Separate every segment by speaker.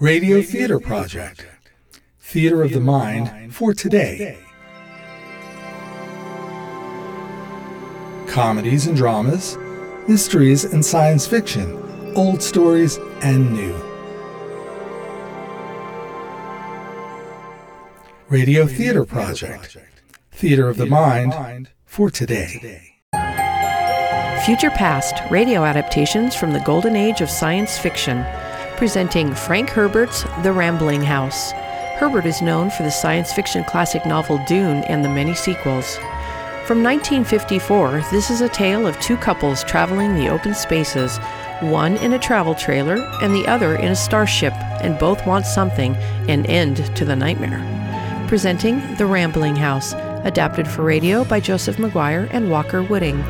Speaker 1: Radio Theater Project Theater of the Mind for Today. Comedies and dramas, mysteries and science fiction, old stories and new. Radio Theater Project Theater of the Mind for Today.
Speaker 2: Future Past radio adaptations from the golden age of science fiction, presenting Frank Herbert's The Rambling House. Herbert is known for the science fiction classic novel Dune and the many sequels. From 1954, this is a tale of two couples traveling the open spaces, one in a travel trailer and the other in a starship, and both want something an end to the nightmare. Presenting The Rambling House, adapted for radio by Joseph McGuire and Walker Wooding.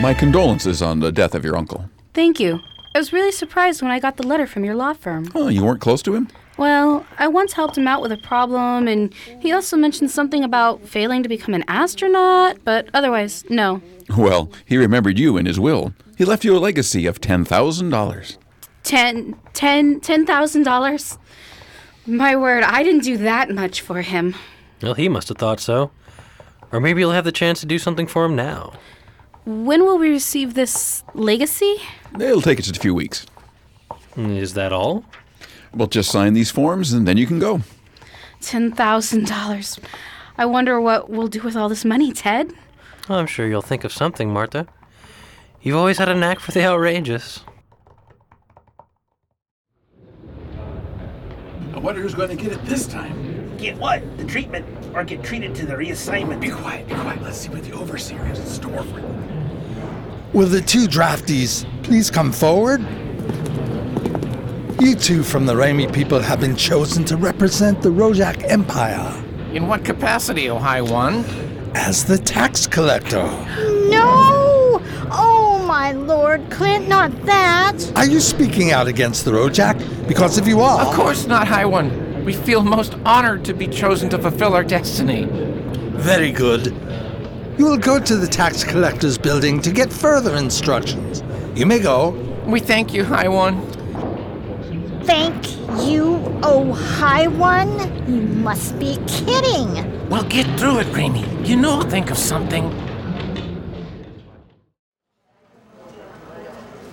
Speaker 3: My condolences on the death of your uncle.
Speaker 4: Thank you. I was really surprised when I got the letter from your law firm.
Speaker 3: Oh, you weren't close to him?
Speaker 4: Well, I once helped him out with a problem, and he also mentioned something about failing to become an astronaut, but otherwise, no.
Speaker 3: Well, he remembered you in his will. He left you a legacy of $10,000.
Speaker 4: Ten, ten, ten thousand dollars? My word, I didn't do that much for him.
Speaker 5: Well, he must have thought so. Or maybe you'll have the chance to do something for him now.
Speaker 4: When will we receive this legacy?
Speaker 3: It'll take us just a few weeks.
Speaker 5: Is that all?
Speaker 3: We'll just sign these forms and then you can go.
Speaker 4: Ten thousand dollars. I wonder what we'll do with all this money, Ted.
Speaker 5: I'm sure you'll think of something, Martha. You've always had a knack for the outrageous.
Speaker 6: I wonder who's going to get it this time.
Speaker 7: Get what? The treatment, or get treated to the reassignment.
Speaker 6: Be quiet, be quiet. Let's see what the overseer has in store for you.
Speaker 1: Will the two draftees please come forward? You two from the Raimi people have been chosen to represent the Rojak Empire
Speaker 8: In what capacity, O High One?
Speaker 1: as the tax collector.
Speaker 9: No! Oh my lord, Clint, not that!
Speaker 1: Are you speaking out against the Rojak? Because if you are,
Speaker 8: Of course not, High One. We feel most honored to be chosen to fulfill our destiny.
Speaker 1: Very good. You will go to the tax collector's building to get further instructions. You may go.
Speaker 8: We thank you, High One.
Speaker 9: Thank you, oh high one? You must be kidding!
Speaker 8: We'll get through it, Raimi. You know I'll think of something.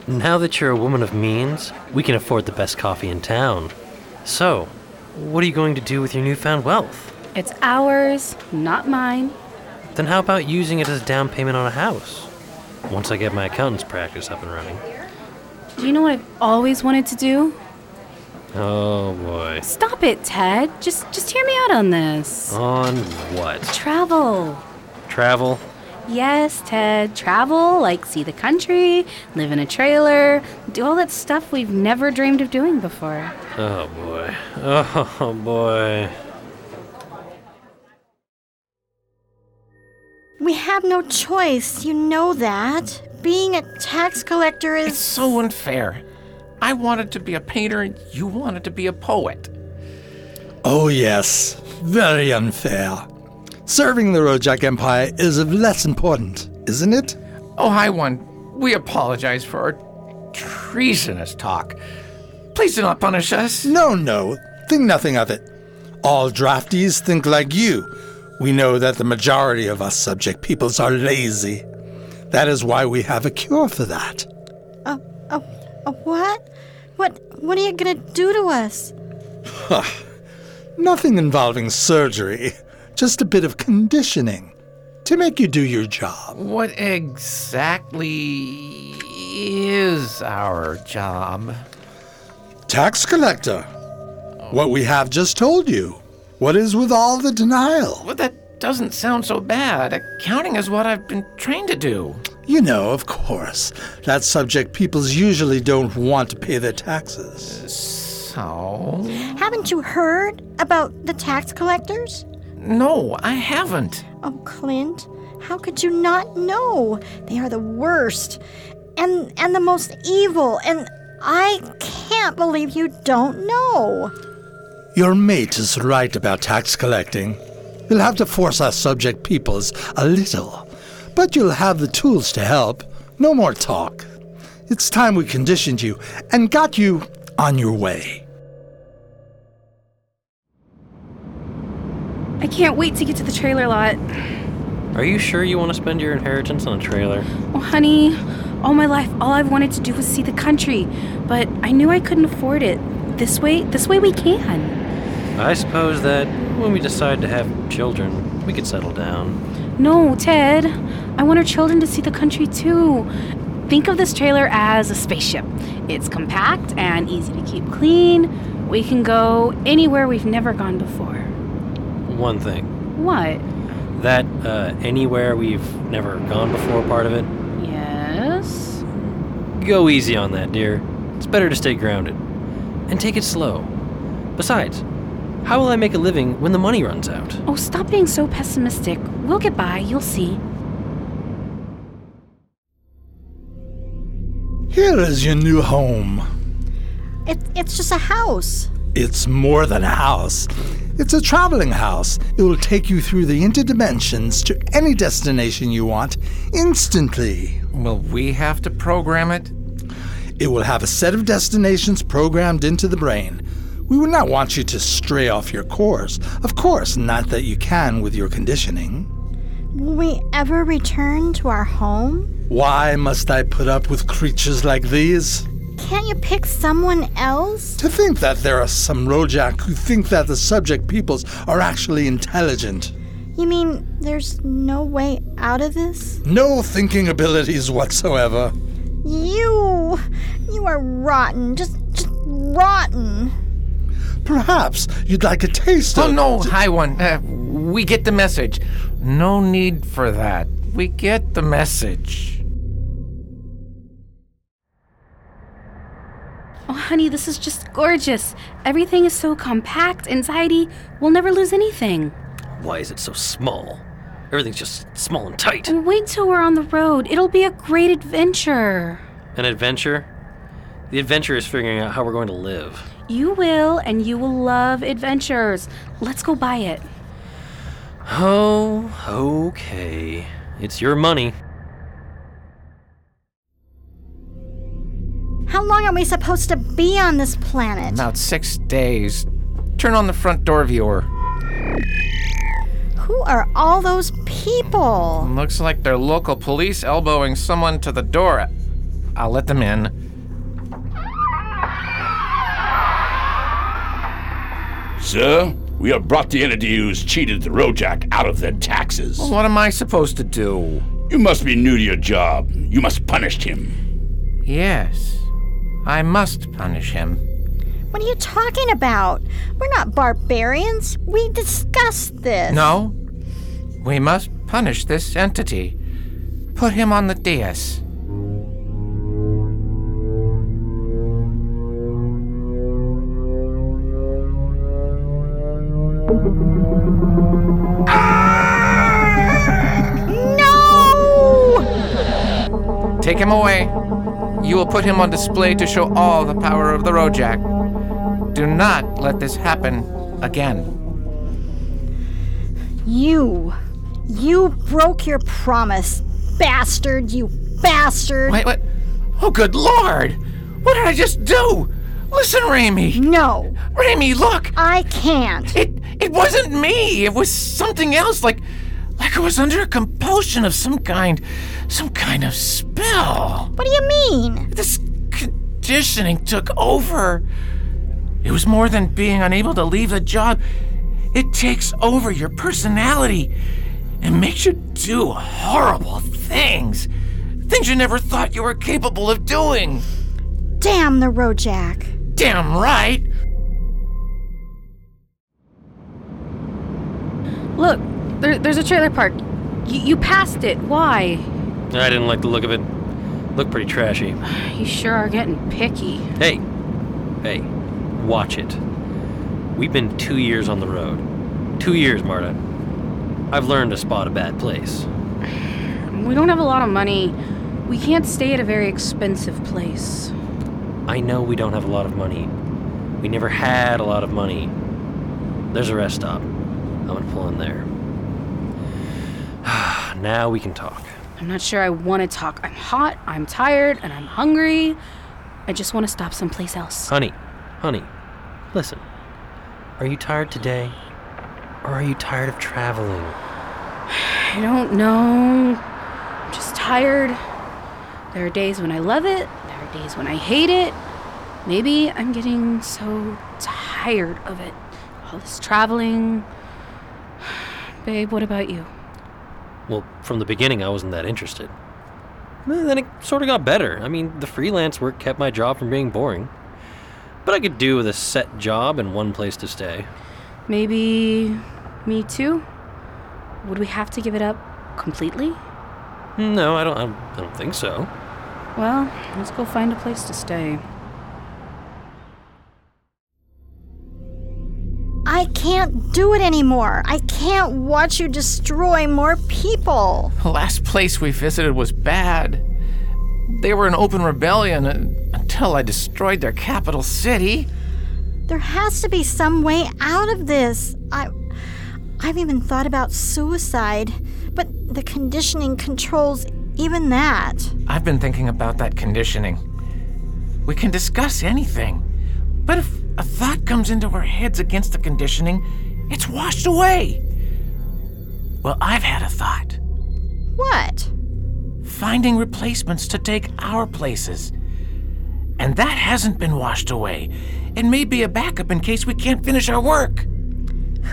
Speaker 5: Now that you're a woman of means, we can afford the best coffee in town. So, what are you going to do with your newfound wealth?
Speaker 4: It's ours, not mine.
Speaker 5: Then how about using it as a down payment on a house? Once I get my accountant's practice up and running.
Speaker 4: Do you know what I've always wanted to do?
Speaker 5: Oh boy.
Speaker 4: Stop it, Ted. Just just hear me out on this.
Speaker 5: On what?
Speaker 4: Travel.
Speaker 5: Travel?
Speaker 4: Yes, Ted. Travel, like see the country, live in a trailer, do all that stuff we've never dreamed of doing before.
Speaker 5: Oh boy. Oh boy.
Speaker 9: We have no choice, you know that. Being a tax collector
Speaker 8: It's
Speaker 9: is.
Speaker 8: so unfair. I wanted to be a painter, and you wanted to be a poet.
Speaker 1: Oh, yes. Very unfair. Serving the Rojak Empire is of less importance, isn't it?
Speaker 8: Oh, High One, we apologize for our treasonous talk. Please do not punish us.
Speaker 1: No, no. Think nothing of it. All draftees think like you. We know that the majority of us subject peoples are lazy. That is why we have a cure for that.
Speaker 9: A, a, a what? What What are you gonna do to us?
Speaker 1: Nothing involving surgery, just a bit of conditioning to make you do your job.
Speaker 8: What exactly is our job?
Speaker 1: Tax collector. What we have just told you. What is with all the denial?
Speaker 8: Well, that doesn't sound so bad. Accounting is what I've been trained to do.
Speaker 1: You know, of course, that subject peoples usually don't want to pay their taxes.
Speaker 8: So.
Speaker 9: Haven't you heard about the tax collectors?
Speaker 8: No, I haven't.
Speaker 9: Oh, Clint, how could you not know? They are the worst and and the most evil and I can't believe you don't know.
Speaker 1: Your mate is right about tax collecting. You'll have to force our subject peoples a little, but you'll have the tools to help. No more talk. It's time we conditioned you and got you on your way.
Speaker 4: I can't wait to get to the trailer lot.
Speaker 5: Are you sure you want to spend your inheritance on a trailer?
Speaker 4: Oh, honey, all my life, all I've wanted to do was see the country, but I knew I couldn't afford it. This way, this way we can.
Speaker 5: I suppose that when we decide to have children, we could settle down.
Speaker 4: No, Ted, I want our children to see the country too. Think of this trailer as a spaceship. It's compact and easy to keep clean. We can go anywhere we've never gone before.
Speaker 5: One thing
Speaker 4: What?
Speaker 5: that uh, anywhere we've never gone before part of it,
Speaker 4: Yes?
Speaker 5: go easy on that, dear. It's better to stay grounded and take it slow. Besides, how will I make a living when the money runs out?
Speaker 4: Oh, stop being so pessimistic. We'll get by, you'll see.
Speaker 1: Here is your new home.
Speaker 9: It, it's just a house.
Speaker 1: It's more than a house, it's a traveling house. It will take you through the interdimensions to any destination you want instantly.
Speaker 8: Will we have to program it?
Speaker 1: It will have a set of destinations programmed into the brain. We would not want you to stray off your course. Of course, not that you can with your conditioning.
Speaker 9: Will we ever return to our home?
Speaker 1: Why must I put up with creatures like these?
Speaker 9: Can't you pick someone else?
Speaker 1: To think that there are some Rojak who think that the subject peoples are actually intelligent.
Speaker 9: You mean there's no way out of this?
Speaker 1: No thinking abilities whatsoever.
Speaker 9: You, you are rotten. Just, just rotten.
Speaker 1: Perhaps you'd like a taste
Speaker 8: Oh
Speaker 1: of
Speaker 8: no, High One. Uh, we get the message. No need for that. We get the message.
Speaker 4: Oh, honey, this is just gorgeous. Everything is so compact, anxiety. We'll never lose anything.
Speaker 5: Why is it so small? Everything's just small and tight.
Speaker 4: And wait till we're on the road. It'll be a great adventure.
Speaker 5: An adventure? The adventure is figuring out how we're going to live.
Speaker 4: You will, and you will love adventures. Let's go buy it.
Speaker 5: Oh, okay. It's your money.
Speaker 9: How long are we supposed to be on this planet?
Speaker 8: About six days. Turn on the front door viewer.
Speaker 9: Who are all those people?
Speaker 8: Looks like they're local police elbowing someone to the door. I'll let them in.
Speaker 6: Sir, we have brought the entity who's cheated the Rojak out of their taxes.
Speaker 8: What am I supposed to do?
Speaker 6: You must be new to your job. You must punish him.
Speaker 8: Yes, I must punish him.
Speaker 9: What are you talking about? We're not barbarians. We discussed this.
Speaker 8: No, we must punish this entity. Put him on the dais.
Speaker 9: No!
Speaker 8: Take him away. You will put him on display to show all the power of the Rojak. Do not let this happen again.
Speaker 9: You, you broke your promise, bastard! You bastard!
Speaker 8: Wait, what? Oh, good lord! What did I just do? Listen, Raimi.
Speaker 9: No,
Speaker 8: Raimi, look!
Speaker 9: I can't.
Speaker 8: It it wasn't me. It was something else. Like like it was under a compulsion of some kind, some kind of spell.
Speaker 9: What do you mean?
Speaker 8: This conditioning took over. It was more than being unable to leave the job. It takes over your personality and makes you do horrible things. Things you never thought you were capable of doing.
Speaker 9: Damn the Rojak.
Speaker 8: Damn right.
Speaker 4: Look, there, there's a trailer park. Y- you passed it. Why?
Speaker 5: I didn't like the look of it. Looked pretty trashy.
Speaker 4: You sure are getting picky.
Speaker 5: Hey, hey, watch it. We've been two years on the road. Two years, Marta. I've learned to spot a bad place.
Speaker 4: We don't have a lot of money. We can't stay at a very expensive place.
Speaker 5: I know we don't have a lot of money. We never had a lot of money. There's a rest stop. I'm gonna pull in there. now we can talk.
Speaker 4: I'm not sure I want to talk. I'm hot, I'm tired, and I'm hungry. I just want to stop someplace else.
Speaker 5: Honey, honey, listen. Are you tired today? Or are you tired of traveling?
Speaker 4: I don't know. I'm just tired. There are days when I love it, there are days when I hate it. Maybe I'm getting so tired of it. All this traveling. Babe, what about you?
Speaker 5: Well, from the beginning, I wasn't that interested. And then it sort of got better. I mean, the freelance work kept my job from being boring. But I could do with a set job and one place to stay.
Speaker 4: Maybe me too? Would we have to give it up completely?
Speaker 5: No, I don't, I don't, I don't think so.
Speaker 4: Well, let's go find a place to stay.
Speaker 9: I can't do it anymore. I can't watch you destroy more people.
Speaker 8: The last place we visited was bad. They were in open rebellion uh, until I destroyed their capital city.
Speaker 9: There has to be some way out of this. I I've even thought about suicide, but the conditioning controls even that.
Speaker 8: I've been thinking about that conditioning. We can discuss anything, but if a thought comes into our heads against the conditioning, it's washed away. Well, I've had a thought
Speaker 9: What?
Speaker 8: finding replacements to take our places. And that hasn't been washed away. It may be a backup in case we can't finish our work.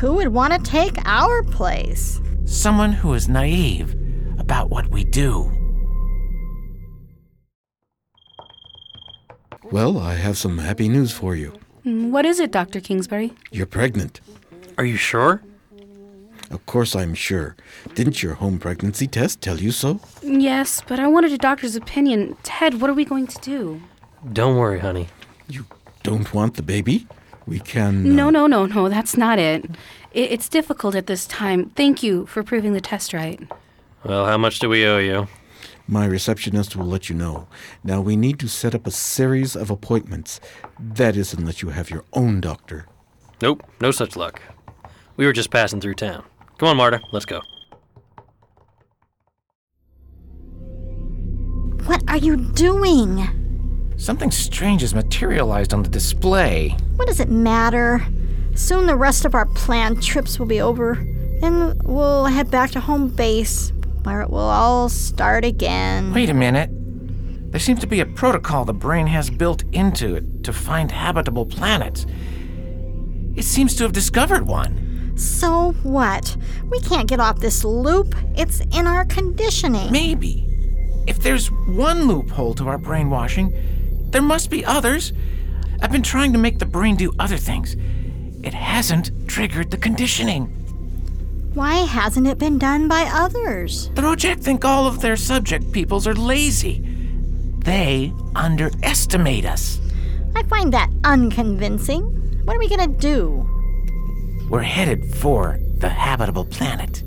Speaker 9: Who would want to take our place?
Speaker 8: Someone who is naive about what we do.
Speaker 10: Well, I have some happy news for you.
Speaker 4: Mm, What is it, Dr. Kingsbury?
Speaker 10: You're pregnant.
Speaker 5: Are you sure?
Speaker 10: Of course, I'm sure. Didn't your home pregnancy test tell you so?
Speaker 4: Yes, but I wanted a doctor's opinion. Ted, what are we going to do?
Speaker 5: Don't worry, honey.
Speaker 10: You don't want the baby? We can.
Speaker 4: No,
Speaker 10: uh,
Speaker 4: no, no, no, that's not it. it. It's difficult at this time. Thank you for proving the test right.
Speaker 5: Well, how much do we owe you?
Speaker 10: My receptionist will let you know. Now, we need to set up a series of appointments. That is, unless you have your own doctor.
Speaker 5: Nope, no such luck. We were just passing through town. Come on, Marta, let's go.
Speaker 9: What are you doing?
Speaker 8: Something strange has materialized on the display.
Speaker 9: What does it matter? Soon the rest of our planned trips will be over. Then we'll head back to home base, where it will all start again.
Speaker 8: Wait a minute. There seems to be a protocol the brain has built into it to find habitable planets. It seems to have discovered one.
Speaker 9: So what? We can't get off this loop. It's in our conditioning.
Speaker 8: Maybe. If there's one loophole to our brainwashing, there must be others. I've been trying to make the brain do other things. It hasn't triggered the conditioning.
Speaker 9: Why hasn't it been done by others?
Speaker 8: The Rojak think all of their subject peoples are lazy. They underestimate us.
Speaker 9: I find that unconvincing. What are we gonna do?
Speaker 8: We're headed for the habitable planet.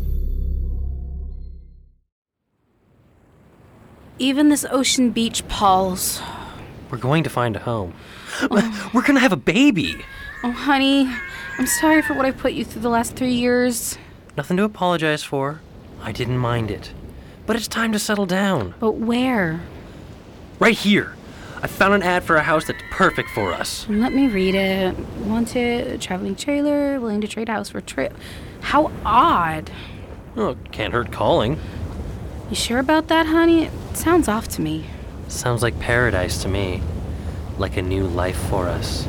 Speaker 4: Even this ocean beach palls.
Speaker 5: We're going to find a home. We're gonna have a baby!
Speaker 4: Oh, honey, I'm sorry for what I put you through the last three years.
Speaker 5: Nothing to apologize for. I didn't mind it. But it's time to settle down.
Speaker 4: But where?
Speaker 5: Right here. I found an ad for a house that's perfect for us.
Speaker 4: Let me read it. Wanted, traveling trailer, willing to trade house for trip. How odd.
Speaker 5: Oh, can't hurt calling.
Speaker 4: You sure about that, honey? It sounds off to me.
Speaker 5: Sounds like paradise to me. Like a new life for us.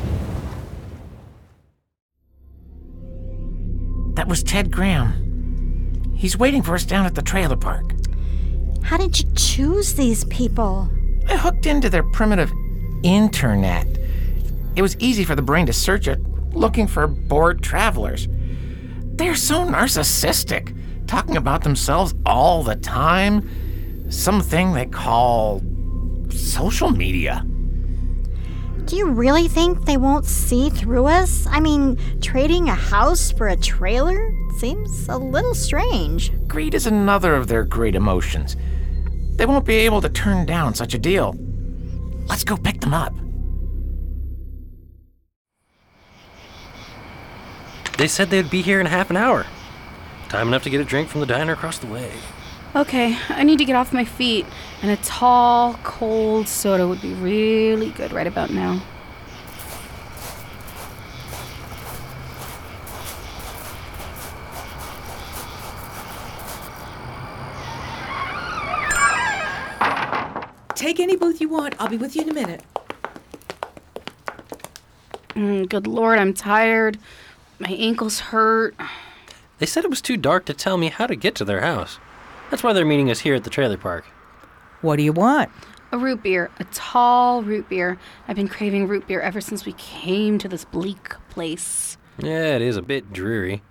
Speaker 8: That was Ted Graham. He's waiting for us down at the trailer park.
Speaker 9: How did you choose these people?
Speaker 8: I hooked into their primitive internet. It was easy for the brain to search it, looking for bored travelers. They're so narcissistic, talking about themselves all the time. Something they call social media.
Speaker 9: Do you really think they won't see through us? I mean, trading a house for a trailer seems a little strange.
Speaker 8: Greed is another of their great emotions. They won't be able to turn down such a deal. Let's go pick them up.
Speaker 5: They said they'd be here in half an hour. Time enough to get a drink from the diner across the way.
Speaker 4: Okay, I need to get off my feet, and a tall, cold soda would be really good right about now.
Speaker 11: Take any booth you want. I'll be with you in a minute.
Speaker 4: Mm, good lord, I'm tired. My ankles hurt.
Speaker 5: They said it was too dark to tell me how to get to their house. That's why they're meeting us here at the trailer park.
Speaker 12: What do you want?
Speaker 4: A root beer, a tall root beer. I've been craving root beer ever since we came to this bleak place.
Speaker 5: Yeah, it is a bit dreary.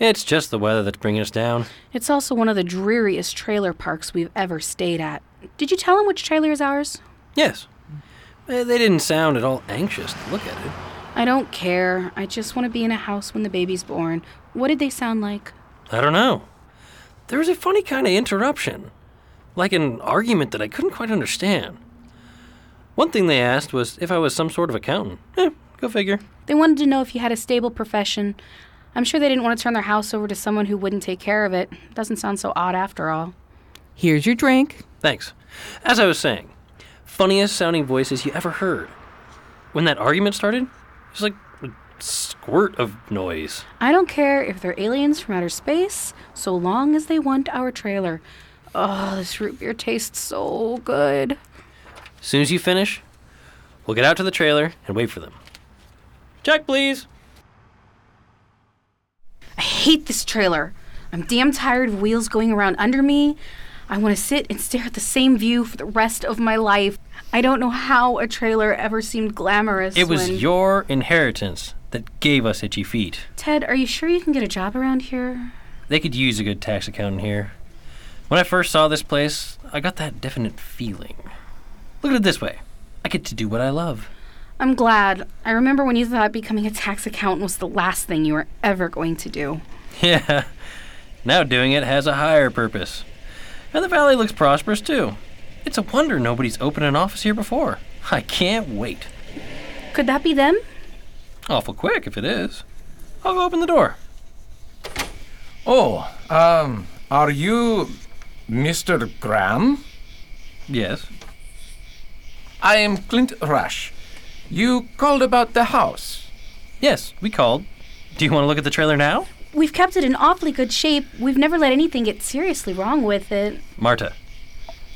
Speaker 5: It's just the weather that's bringing us down.
Speaker 4: It's also one of the dreariest trailer parks we've ever stayed at. Did you tell them which trailer is ours?
Speaker 5: Yes. Eh, They didn't sound at all anxious to look at it.
Speaker 4: I don't care. I just want to be in a house when the baby's born. What did they sound like?
Speaker 5: I don't know. There was a funny kind of interruption, like an argument that I couldn't quite understand. One thing they asked was if I was some sort of accountant. Eh, go figure.
Speaker 4: They wanted to know if you had a stable profession. I'm sure they didn't want to turn their house over to someone who wouldn't take care of it. Doesn't sound so odd after all.
Speaker 12: Here's your drink.
Speaker 5: Thanks. As I was saying, funniest sounding voices you ever heard. When that argument started, it was like a squirt of noise.
Speaker 4: I don't care if they're aliens from outer space, so long as they want our trailer. Oh, this root beer tastes so good.
Speaker 5: As soon as you finish, we'll get out to the trailer and wait for them. Check, please.
Speaker 4: I hate this trailer. I'm damn tired of wheels going around under me. I want to sit and stare at the same view for the rest of my life. I don't know how a trailer ever seemed glamorous.
Speaker 5: It was
Speaker 4: when-
Speaker 5: your inheritance that gave us itchy feet.
Speaker 4: Ted, are you sure you can get a job around here?
Speaker 5: They could use a good tax accountant here. When I first saw this place, I got that definite feeling. Look at it this way I get to do what I love.
Speaker 4: I'm glad. I remember when you thought becoming a tax accountant was the last thing you were ever going to do.
Speaker 5: Yeah. Now doing it has a higher purpose. And the valley looks prosperous too. It's a wonder nobody's opened an office here before. I can't wait.
Speaker 4: Could that be them?
Speaker 5: Awful quick if it is. I'll go open the door.
Speaker 8: Oh, um, are you Mr. Graham?
Speaker 5: Yes.
Speaker 8: I am Clint Rush. You called about the house.
Speaker 5: Yes, we called. Do you want to look at the trailer now?
Speaker 4: We've kept it in awfully good shape. We've never let anything get seriously wrong with it.
Speaker 5: Marta,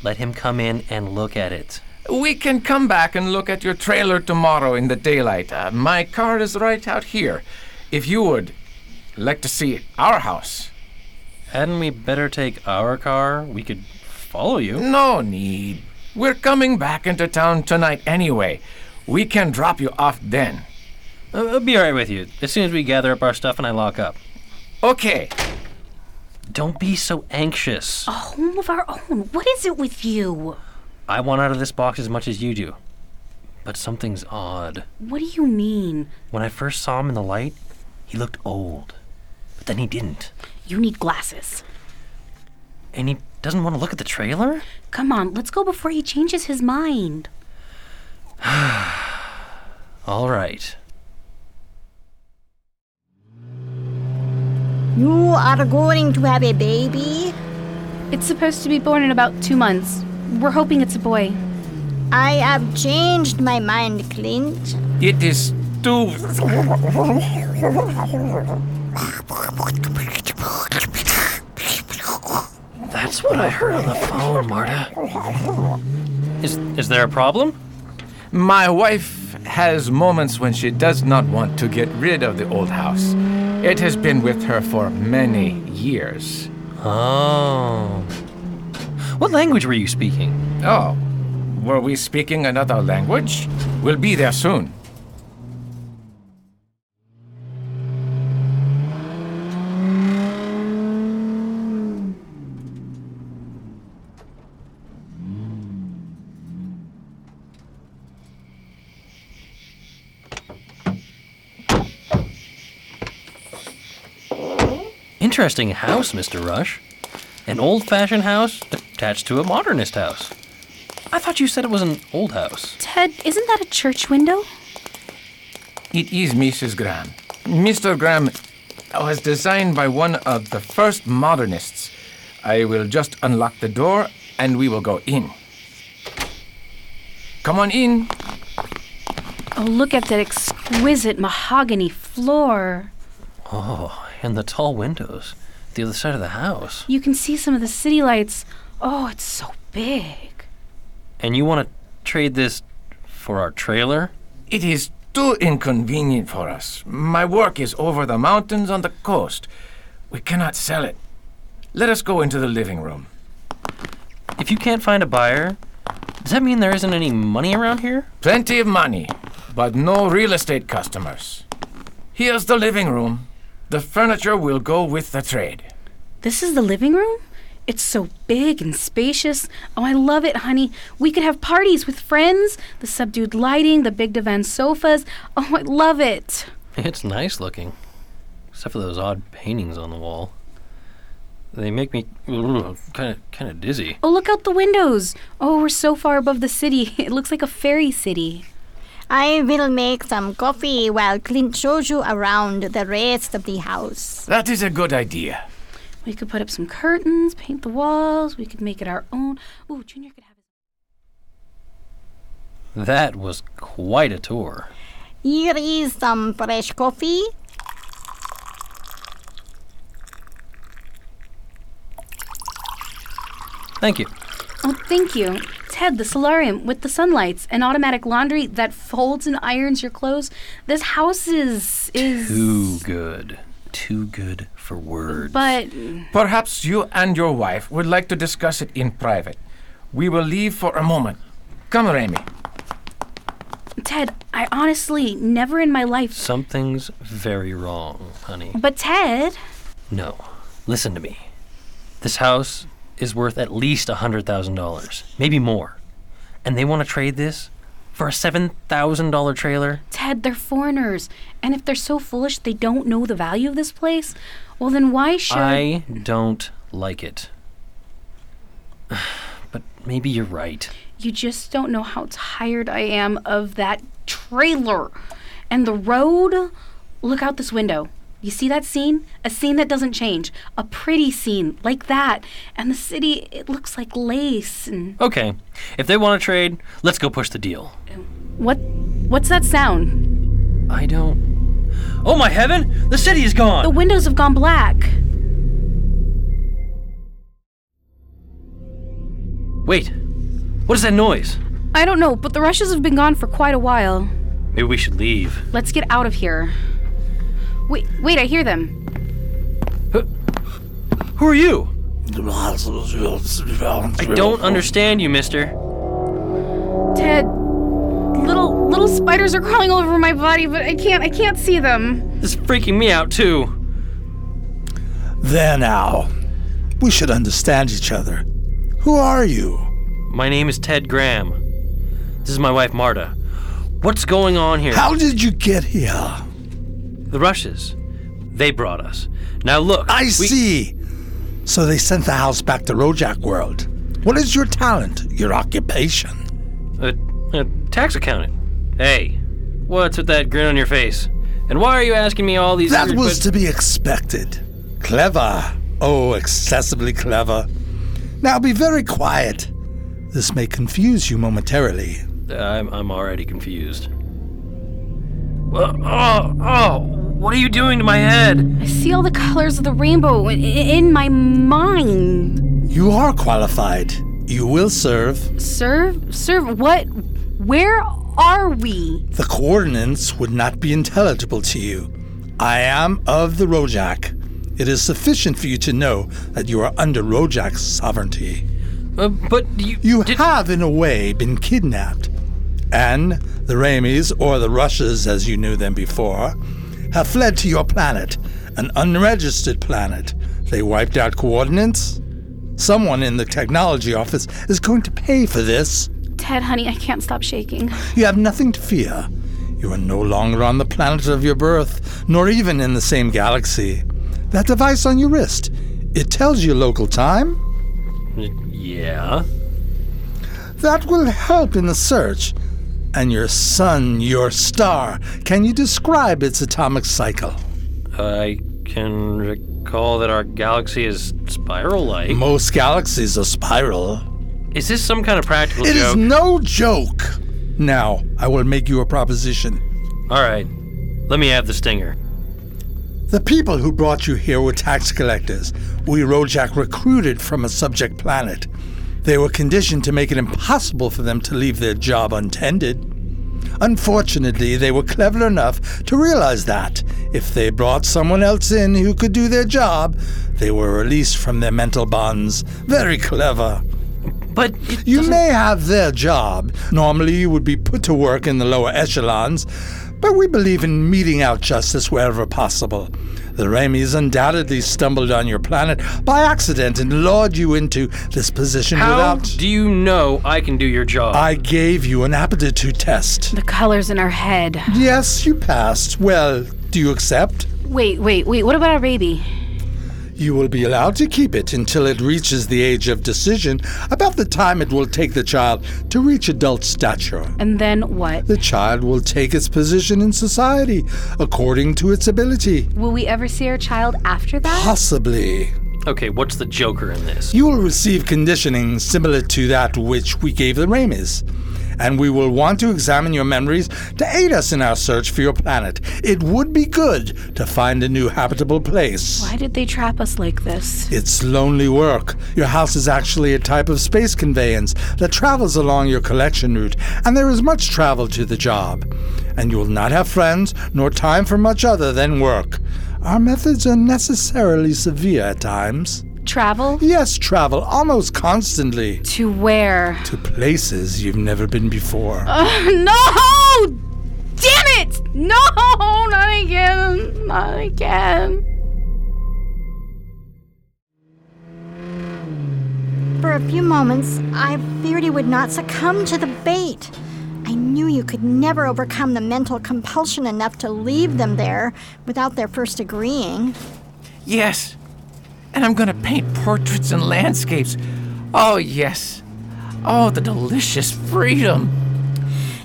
Speaker 5: let him come in and look at it.
Speaker 8: We can come back and look at your trailer tomorrow in the daylight. Uh, my car is right out here. If you would like to see our house.
Speaker 5: Hadn't we better take our car? We could follow you.
Speaker 8: No need. We're coming back into town tonight anyway. We can drop you off then.
Speaker 5: Uh, I'll I'll be right with you as soon as we gather up our stuff and I lock up.
Speaker 8: Okay.
Speaker 5: Don't be so anxious.
Speaker 4: A home of our own. What is it with you?
Speaker 5: I want out of this box as much as you do. But something's odd.
Speaker 4: What do you mean?
Speaker 5: When I first saw him in the light, he looked old. But then he didn't.
Speaker 4: You need glasses.
Speaker 5: And he doesn't want to look at the trailer?
Speaker 4: Come on, let's go before he changes his mind.
Speaker 5: All right.
Speaker 9: You are going to have a baby?
Speaker 4: It's supposed to be born in about two months. We're hoping it's a boy.
Speaker 9: I have changed my mind, Clint.
Speaker 8: It is too.
Speaker 5: That's what I heard on the phone, Marta. Is, is there a problem?
Speaker 8: My wife has moments when she does not want to get rid of the old house. It has been with her for many years.
Speaker 5: Oh. What language were you speaking?
Speaker 8: Oh, were we speaking another language? We'll be there soon.
Speaker 5: Interesting house, Mr. Rush. An old fashioned house attached to a modernist house. I thought you said it was an old house.
Speaker 4: Ted, isn't that a church window?
Speaker 8: It is Mrs. Graham. Mr. Graham was designed by one of the first modernists. I will just unlock the door and we will go in. Come on in.
Speaker 4: Oh, look at that exquisite mahogany floor.
Speaker 5: Oh, and the tall windows. The other side of the house.
Speaker 4: You can see some of the city lights. Oh, it's so big.
Speaker 5: And you want to trade this for our trailer?
Speaker 8: It is too inconvenient for us. My work is over the mountains on the coast. We cannot sell it. Let us go into the living room.
Speaker 5: If you can't find a buyer, does that mean there isn't any money around here?
Speaker 8: Plenty of money, but no real estate customers. Here's the living room. The furniture will go with the trade.
Speaker 4: This is the living room? It's so big and spacious. Oh, I love it, honey. We could have parties with friends, the subdued lighting, the big divan sofas. Oh, I love it.
Speaker 5: It's nice looking, except for those odd paintings on the wall. They make me kind of kind of dizzy.
Speaker 4: Oh, look out the windows. Oh, we're so far above the city. It looks like a fairy city.
Speaker 13: I will make some coffee while Clint shows you around the rest of the house.
Speaker 8: That is a good idea.
Speaker 4: We could put up some curtains, paint the walls. We could make it our own. Ooh, Junior could have.
Speaker 5: That was quite a tour.
Speaker 13: Here is some fresh coffee.
Speaker 5: Thank you.
Speaker 4: Oh, thank you. Ted, the solarium with the sunlights and automatic laundry that folds and irons your clothes. This house is is
Speaker 5: Too good. Too good for words.
Speaker 4: but
Speaker 8: Perhaps you and your wife would like to discuss it in private. We will leave for a moment. Come, Raimi.
Speaker 4: Ted, I honestly never in my life
Speaker 5: Something's very wrong, honey.
Speaker 4: But Ted,
Speaker 5: No. Listen to me. This house is worth at least a $100,000, maybe more. And they want to trade this for a $7,000 trailer?
Speaker 4: Ted, they're foreigners. And if they're so foolish they don't know the value of this place, well then why should
Speaker 5: I don't like it. But maybe you're right.
Speaker 4: You just don't know how tired I am of that trailer. And the road, look out this window. You see that scene? A scene that doesn't change. A pretty scene like that. And the city, it looks like lace and
Speaker 5: Okay, if they want to trade, let's go push the deal.
Speaker 4: what what's that sound?
Speaker 5: I don't. Oh my heaven! The city is gone!
Speaker 4: The windows have gone black.
Speaker 5: Wait, what is that noise?
Speaker 4: I don't know, but the rushes have been gone for quite a while.
Speaker 5: Maybe we should leave.
Speaker 4: Let's get out of here. Wait, wait, I hear them.
Speaker 5: Who are you?
Speaker 7: I
Speaker 5: I don't understand you, mister.
Speaker 4: Ted, little little spiders are crawling all over my body, but I can't I can't see them.
Speaker 5: This is freaking me out, too.
Speaker 1: There now. We should understand each other. Who are you?
Speaker 5: My name is Ted Graham. This is my wife, Marta. What's going on here?
Speaker 1: How did you get here?
Speaker 5: The Rushes. They brought us. Now look.
Speaker 1: I see. So they sent the house back to Rojak World. What is your talent, your occupation?
Speaker 5: A, a tax accountant. Hey, what's with that grin on your face? And why are you asking me all these?
Speaker 1: That
Speaker 5: weird
Speaker 1: was
Speaker 5: que-
Speaker 1: to be expected. Clever. Oh, excessively clever. Now be very quiet. This may confuse you momentarily.
Speaker 5: I'm I'm already confused. Well, oh, oh, what are you doing to my head?
Speaker 4: I see all the colors of the rainbow in, in my mind.
Speaker 1: You are qualified. You will serve.
Speaker 4: Serve, serve. What? Where are we?
Speaker 1: The coordinates would not be intelligible to you. I am of the Rojak. It is sufficient for you to know that you are under Rojak's sovereignty.
Speaker 5: Uh, but you.
Speaker 1: You have, in a way, been kidnapped. And the Raimis, or the Rushes as you knew them before, have fled to your planet, an unregistered planet. They wiped out coordinates. Someone in the technology office is going to pay for this.
Speaker 4: Ted, honey, I can't stop shaking.
Speaker 1: You have nothing to fear. You are no longer on the planet of your birth, nor even in the same galaxy. That device on your wrist, it tells you local time.
Speaker 5: Yeah.
Speaker 1: That will help in the search. And your sun, your star, can you describe its atomic cycle?
Speaker 5: I can Call that our galaxy is spiral like.
Speaker 1: Most galaxies are spiral.
Speaker 5: Is this some kind of practical
Speaker 1: It is
Speaker 5: joke?
Speaker 1: no joke. Now, I will make you a proposition.
Speaker 5: All right. Let me have the stinger.
Speaker 1: The people who brought you here were tax collectors we Rojak recruited from a subject planet. They were conditioned to make it impossible for them to leave their job untended. Unfortunately, they were clever enough to realize that if they brought someone else in who could do their job, they were released from their mental bonds. Very clever.
Speaker 5: But
Speaker 1: you may have their job. Normally, you would be put to work in the lower echelons, but we believe in meting out justice wherever possible. The Raimis undoubtedly stumbled on your planet by accident and lured you into this position
Speaker 5: How
Speaker 1: without.
Speaker 5: do you know I can do your job?
Speaker 1: I gave you an aptitude test.
Speaker 4: The colors in our head.
Speaker 1: Yes, you passed. Well, do you accept?
Speaker 4: Wait, wait, wait. What about our baby?
Speaker 1: You will be allowed to keep it until it reaches the age of decision, about the time it will take the child to reach adult stature.
Speaker 4: And then what?
Speaker 1: The child will take its position in society according to its ability.
Speaker 4: Will we ever see our child after that?
Speaker 1: Possibly.
Speaker 5: Okay, what's the joker in this?
Speaker 1: You will receive conditioning similar to that which we gave the Ramis. And we will want to examine your memories to aid us in our search for your planet. It would be good to find a new habitable place.
Speaker 4: Why did they trap us like this?
Speaker 1: It's lonely work. Your house is actually a type of space conveyance that travels along your collection route, and there is much travel to the job. And you will not have friends nor time for much other than work. Our methods are necessarily severe at times.
Speaker 4: Travel?
Speaker 1: Yes, travel almost constantly.
Speaker 4: To where?
Speaker 1: To places you've never been before.
Speaker 4: Oh no! Damn it! No, not again. Not again.
Speaker 9: For a few moments, I feared he would not succumb to the bait. I knew you could never overcome the mental compulsion enough to leave them there without their first agreeing.
Speaker 8: Yes. And I'm gonna paint portraits and landscapes. Oh, yes. Oh, the delicious freedom.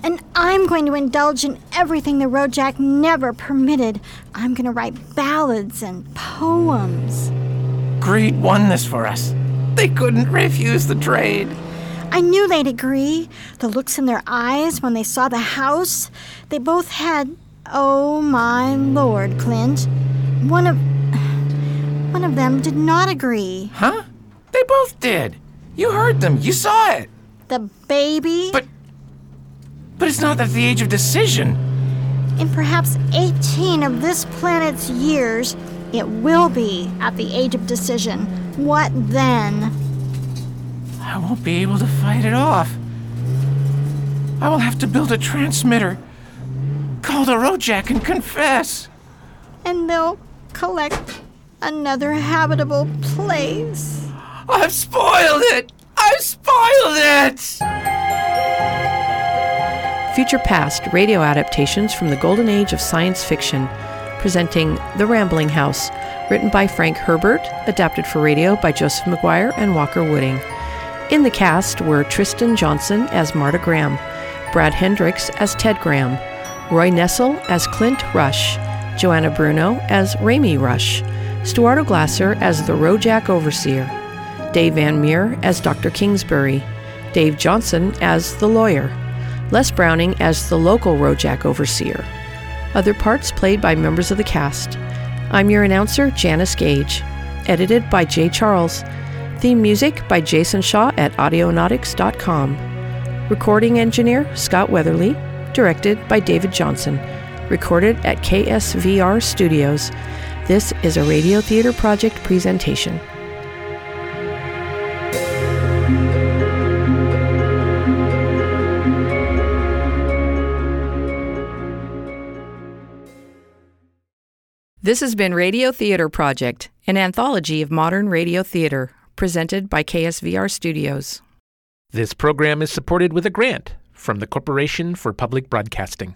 Speaker 9: And I'm going to indulge in everything the Rojak never permitted. I'm going to write ballads and poems.
Speaker 8: Greed won this for us. They couldn't refuse the trade.
Speaker 9: I knew they'd agree. The looks in their eyes when they saw the house. They both had, oh my lord, Clint. One of. One of them did not agree.
Speaker 8: Huh? They both did. You heard them. You saw it.
Speaker 9: The baby? But.
Speaker 8: But it's not at the age of decision.
Speaker 9: In perhaps 18 of this planet's years, it will be at the age of decision. What then?
Speaker 8: I won't be able to fight it off. I will have to build a transmitter. Call the Rojak and confess.
Speaker 9: And they'll collect another habitable place.
Speaker 8: I've spoiled it! I've spoiled it!
Speaker 2: Future Past radio adaptations from the golden age of science fiction, presenting The Rambling House, written by Frank Herbert, adapted for radio by Joseph McGuire and Walker Wooding. In the cast were Tristan Johnson as Marta Graham, Brad Hendricks as Ted Graham, Roy Nessel as Clint Rush, Joanna Bruno as Rami Rush, Stuarto Glasser as the Rojak Overseer, Dave Van Meer as Dr. Kingsbury, Dave Johnson as the lawyer, Les Browning as the local Rojak overseer. Other parts played by members of the cast. I'm your announcer, Janice Gage. Edited by Jay Charles. Theme music by Jason Shaw at Audionautics.com. Recording engineer, Scott Weatherly. Directed by David Johnson. Recorded at KSVR Studios. This is a Radio Theater Project presentation. This has been Radio Theater Project, an anthology of modern radio theater, presented by KSVR Studios.
Speaker 14: This program is supported with a grant from the Corporation for Public Broadcasting.